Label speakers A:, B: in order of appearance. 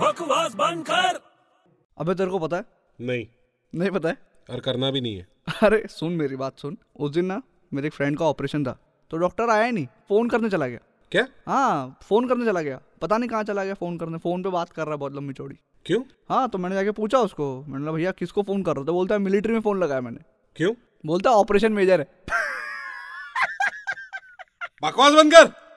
A: बकवास बंद कर
B: अबे तेरे को पता है
C: नहीं
B: नहीं पता है
C: और करना भी नहीं है
B: अरे सुन मेरी बात सुन उस दिन ना मेरे एक फ्रेंड का ऑपरेशन था तो डॉक्टर आया ही नहीं फ़ोन करने चला गया
C: क्या
B: हाँ फ़ोन करने चला गया पता नहीं कहाँ चला गया फ़ोन करने फ़ोन पे बात कर रहा है बहुत लंबी चौड़ी
C: क्यों
B: हाँ तो मैंने जाके पूछा उसको मैंने बोला भैया किसको फ़ोन कर रहा था बोलता है मिलिट्री में फ़ोन लगाया मैंने
C: क्यों
B: बोलता है ऑपरेशन मेजर है
C: बकवास बंद कर